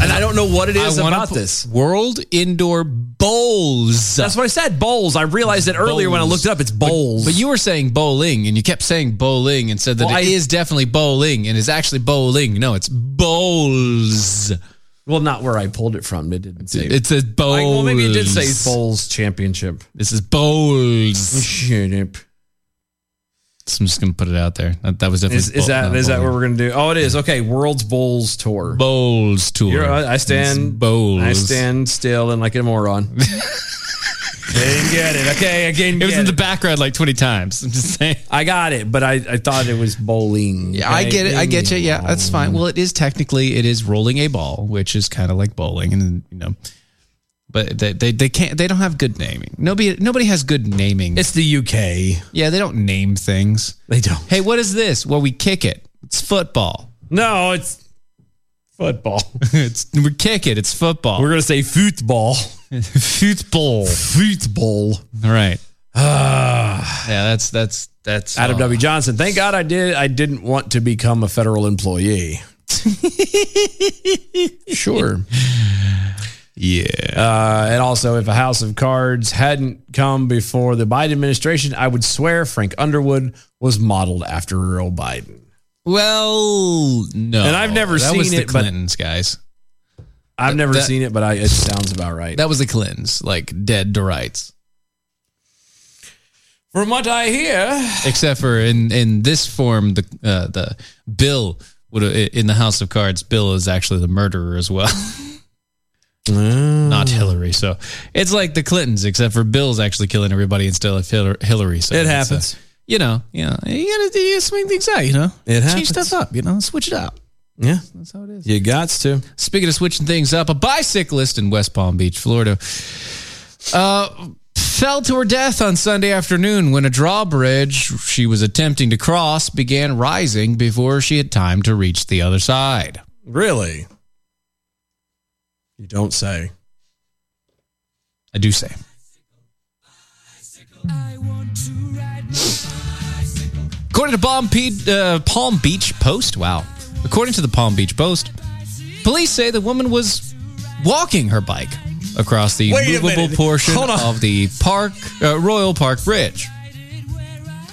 And I don't know what it is about this. World Indoor Bowls. That's what I said, bowls. I realized it earlier when I looked it up. It's bowls. But, you were saying bowling, and you kept saying bowling, and said that Well, it I- is definitely bowling, and is actually bowling. No, it's bowls. Well, not where I pulled it from. It didn't say. It says bowls. Like, well, maybe it did say bowls championship. This is bowls. So I'm just gonna put it out there. That, that was definitely. Is, is bowl- that not is that bowling. what we're gonna do? Oh, it is. Okay, World's Bowls Tour. Bowls Tour. You're right. I stand It's bowls. I stand still and like a moron. I didn't get it. Okay, I didn't It was get in the background like 20 times. I'm just saying. I got it, but I, I thought it was bowling. Yeah, I get it. I get you. Yeah, that's fine. Well, it is technically it is rolling a ball, which is kind of like bowling, and you know, but they, they they can't they don't have good naming. Nobody nobody has good naming. It's the UK. Yeah, they don't name things. They don't. Hey, what is this? Well, we kick it. It's football. No, it's football. it's we kick it. It's football. We're gonna say football. football. Football. All right. Ah. yeah, that's that's that's Adam W. Johnson. Thank God I did. I didn't want to become a federal employee. sure. Yeah. Uh, and also, if a house of cards hadn't come before the Biden administration, I would swear Frank Underwood was modeled after Earl Biden. Well, no. And I've never that seen was the it, but- Clintons, guys. I've never that- seen it, but I, it sounds about right. That was the Clintons, like dead to rights. From what I hear, except for in in this form the uh, the bill would in the house of cards bill is actually the murderer as well Ah. not hillary so it's like the clintons except for bill's actually killing everybody instead of Hil- hillary so It it's, uh, happens. you know you know you gotta, you gotta swing things out you know It change happens. stuff up you know switch it up yeah, that's how it is you got to. Speaking of switching things up, a bicyclist in West Palm Beach, Florida, uh, fell to her death on Sunday afternoon when a drawbridge she was attempting to cross began rising before she had time to reach the other side. Really? You don't say. I do say. According to Palm, Pe- uh, Palm Beach Post, wow. According to the Palm Beach Post, police say the woman was walking her bike across the Wait a movable minute. portion Hold on. of the park uh, Royal Park Bridge,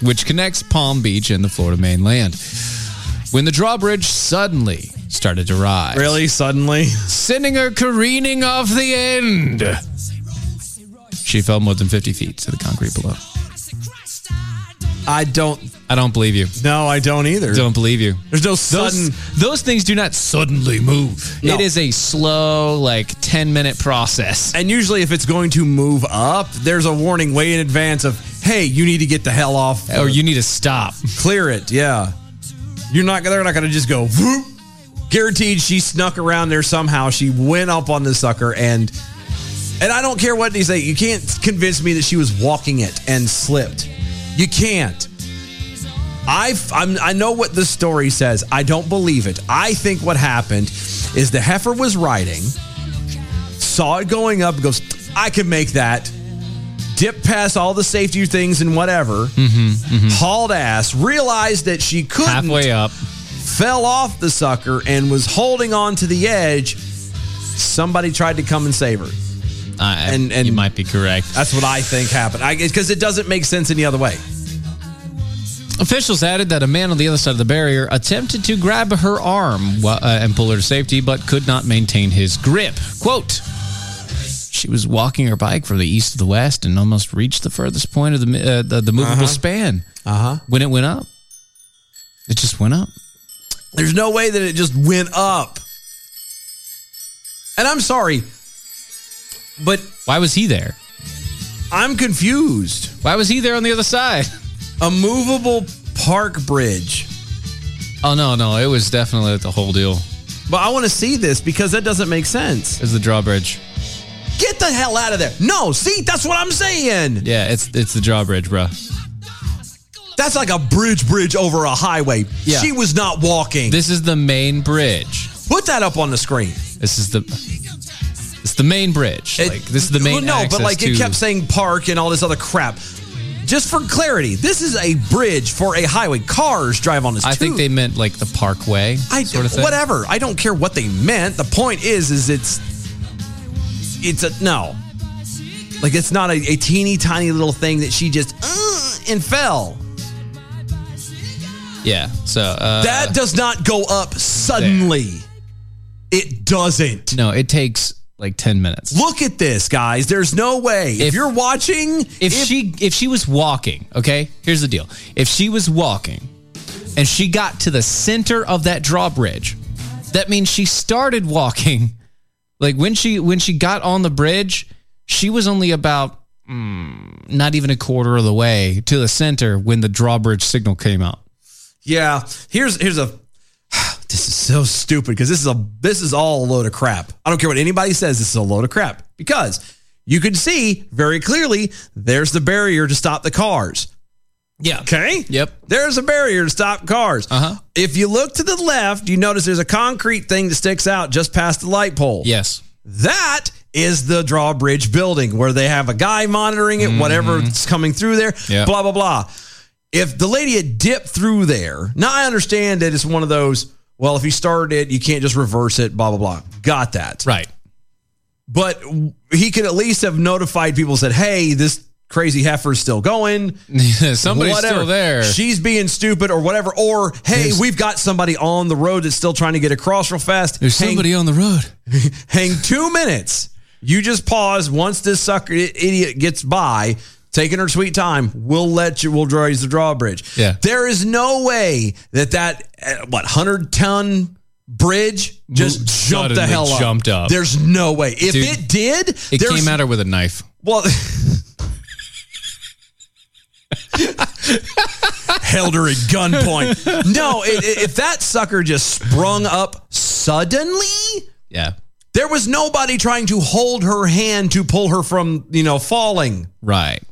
which connects Palm Beach and the Florida mainland. When the drawbridge suddenly started to rise, Really? Suddenly? sending her careening off the end. She fell more than 50 feet to the concrete below. I don't. I don't believe you. No, I don't either. Don't believe you. There's no Those, sudden. those things do not suddenly move. No. It is a slow, like 10 minute process. And usually, if it's going to move up, there's a warning way in advance of, hey, you need to get the hell off. Or you need to stop. clear it. Yeah, you're not. They're not going to just go. Whoop. Guaranteed, she snuck around there somehow. She went up on the sucker, and and I don't care what they say. You can't convince me that she was walking it and slipped. You can't. I I'm, I know what the story says. I don't believe it. I think what happened is the heifer was riding, saw it going up, goes, I can make that. Dip past all the safety things and whatever hauled ass, realized that she couldn't, Halfway up. fell off the sucker, and was holding on to the edge. Somebody tried to come and save her. I, And- and, and- you might be correct. That's what I think happened. Because it doesn't make sense any other way. Officials added that a man on the other side of the barrier attempted to grab her arm wha- uh, and pull her to safety, but could not maintain his grip. Quote She was walking her bike from the east to the west and almost reached the furthest point of the, mi- uh, the, the movable span Uh huh. when it went up. It just went up. There's no way that it just went up. And I'm sorry, but Why was he there? I'm confused. Why was he there on the other side? A movable park bridge. Oh no, no, it was definitely the whole deal. But I want to see this because that doesn't make sense. Is the drawbridge? Get the hell out of there. No, see, that's what I'm saying. Yeah, it's it's the drawbridge, bruh. That's like a bridge bridge over a highway. Yeah. She was not walking. This is the main bridge. Put that up on the screen. This is the it's the main bridge. like this is the main. Well, no, access but like to, it kept saying park and all this other crap. Just for clarity, this is a bridge for a highway. Cars drive on this. I think too. they meant like the parkway I sort of thing. whatever. I don't care what they meant. The point is, is it's it's a no. Like it's not a, a teeny tiny little thing that she just uh, and fell. Yeah. So uh, that does not go up suddenly. It doesn't. No, it takes like ten minutes. Look at this, guys. There's no way. If, you're watching, if, she if she was walking, okay, here's the deal. If she was walking and she got to the center of that drawbridge, that means she started walking. Like when she when she got on the bridge, she was only about mm, not even a quarter of the way to the center when the drawbridge signal came out. Yeah. Here's here's a this is so stupid because this is a this is all a load of crap. I don't care what anybody says, this is a load of crap. Because you could see very clearly there's the barrier to stop the cars. Yeah. Okay? Yep. There's a barrier to stop cars. Uh-huh. If you look to the left, you notice there's a concrete thing that sticks out just past the light pole. Yes. That is the drawbridge building where they have a guy monitoring it, whatever's coming through there, Mm-hmm. Yeah. blah, blah, blah. If the lady had dipped through there, now I understand that it's one of those, well, if you started it, you can't just reverse it, blah, blah, blah. Got that. Right. But w- he could at least have notified people, said, hey, this crazy heifer's still going. Somebody's still there. She's being stupid or whatever. Or, hey, There's- we've got somebody on the road that's still trying to get across real fast. There's Hang somebody on the road. hang two minutes. You just pause once this sucker i- idiot gets by, taking her sweet time. We'll let you. We'll raise the drawbridge. Yeah. There is no way that that uh, what hundred ton bridge just Mo- jumped the suddenly hell up. jumped up. There's no way. If Dude, it did, It there's- came at her with a knife. Well. Held her at gunpoint. No, i- i- if that sucker just sprung up suddenly, Yeah. there was nobody trying to hold her hand to pull her from, you know, falling Right.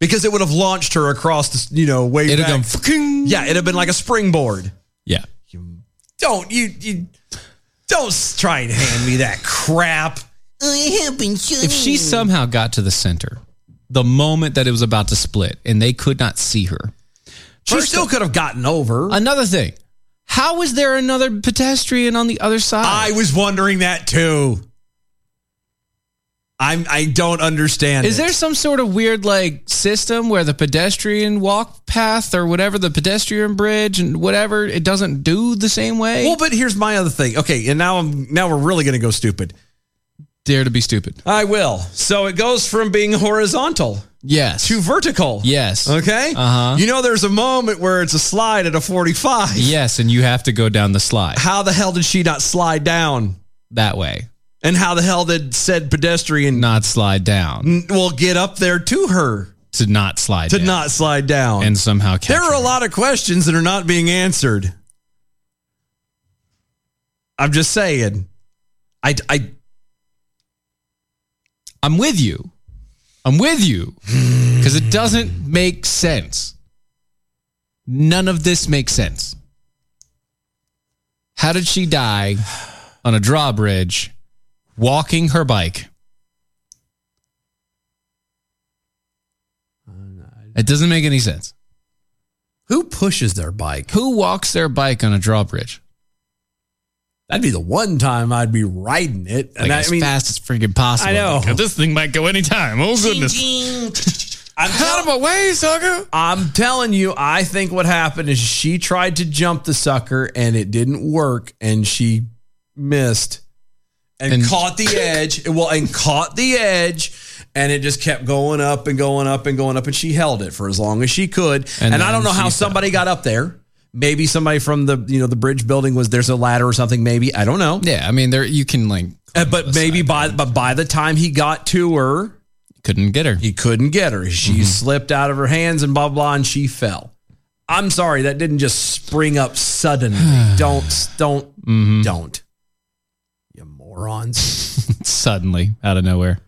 because it would have launched her across the, you know, way It'd back. have gone, yeah, it'd have been like a springboard. Yeah. Don't you you don't s- try and hand me that crap. I have been If she Hmm. somehow got to the center, the moment that it was about to split and they could not see her. she still could have gotten over. Another thing, how is there another pedestrian on the other side? I was wondering that too. I'm I don't understand. Is it. there some sort of weird like system where the pedestrian walk path or whatever the pedestrian bridge and whatever it doesn't do the same way? Well, but here's my other thing. Okay, and now I'm now we're really gonna go stupid. Dare to be stupid. I will. So it goes from being horizontal Yes. to vertical. yes. Okay. Uh-huh. You know, there's a moment where it's a slide at a 45. Yes, and you have to go down the slide How the hell did she not slide down? that way, And how the hell did said pedestrian not slide down n- well get up there to her to not slide to down. not slide down? and somehow catch there are a her. lot of questions that are not being answered. I'm just saying. I, I I'm with you. I'm with you because it doesn't make sense. None of this makes sense. How did she die on a drawbridge walking her bike? It doesn't make any sense. Who pushes their bike? Who walks their bike on a drawbridge? That'd be the one time I'd be riding it. Like And I, as mean, fast as freaking possible. I know. Like, this thing might go anytime. Oh goodness. I'm Out of my way, sucker. I'm telling you, I think what happened is she tried to jump the sucker and it didn't work and she missed and, And- caught the edge. Well, and caught the edge and it just kept going up and going up and going up and she held it for as long as she could. And And, I don't then know how she somebody got up there. Maybe somebody from the you know the bridge building was there's a ladder or something maybe. I don't know. Uh, Yeah, I mean there you can like Uh, but maybe by but by the time he got to her, couldn't get her. He couldn't get her. She Mm-hmm. slipped out of her hands and blah, blah, and she fell. I'm sorry, that didn't just spring up suddenly. don't, don't, Mm-hmm. don't. You morons. Suddenly, out of nowhere.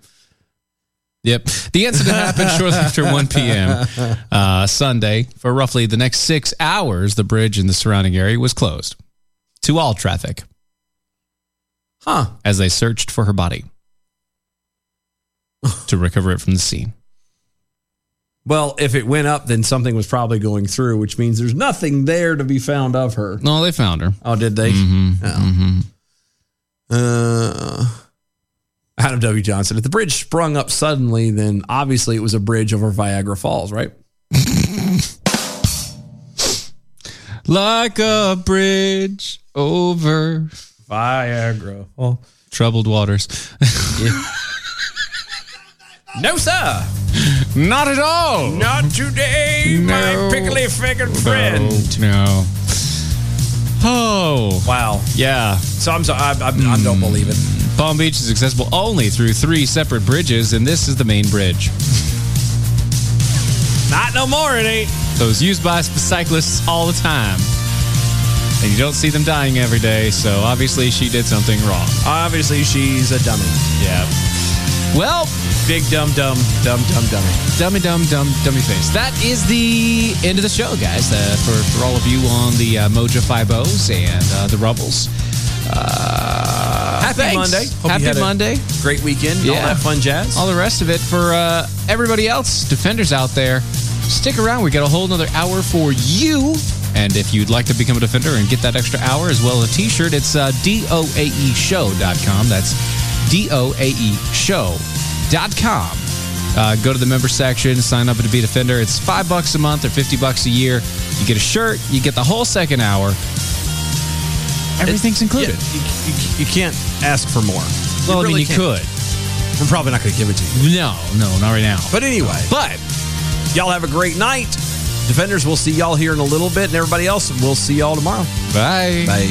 Yep. The incident happened shortly after 1 p.m. Uh, Sunday. For roughly the next six hours, the bridge in the surrounding area was closed to all traffic. Huh. As they searched for her body to recover it from the scene. Well, if it went up, then something was probably going through, which means there's nothing there to be found of her. No, they found her. Oh, did they? Oh. Mm-hmm. Uh, Adam W. Johnson. If the bridge sprung up suddenly, then obviously it was a bridge over Viagra Falls, right? Like a bridge over Viagra. Troubled waters. No, sir. Not at all. Not today, No. my pickly fingered friend. No. Oh. Wow. Yeah. So I'm sorry. I, I, I Hmm. don't believe it. Palm Beach is accessible only through three separate bridges, and this is the main bridge. Not no more, it ain't. Those used by cyclists all the time. And you don't see them dying every day, so obviously she did something wrong. Obviously, she's a dummy. Yeah. Well, big dumb, dumb, dumb, dumb, dummy. Dummy, dumb, dumb, dummy face. That is the end of the show, guys. Uh, for, for all of you on the uh, Moja Five O's and uh, the Rubbles. Uh, Happy thanks. Monday. Hope you Happy had a Monday. Great weekend. All that fun jazz. All the rest of it for uh, everybody else, defenders out there. Stick around. We got a whole another hour for you. And if you'd like to become a defender and get that extra hour as well as a t-shirt, it's uh, doaeshow.com. That's E doaeshow.com. Uh, go to the member section, sign up to be a defender. It's five bucks a month or 50 bucks a year. You get a shirt, you get the whole second hour. Everything's included. You, you- you can't ask for more. Well, I mean, you could. We're probably not going to give it to you. No, no, not right now. But anyway. But y'all have a great night. Defenders, we'll see y'all here in a little bit, and everybody else, we'll see y'all tomorrow. Bye. Bye.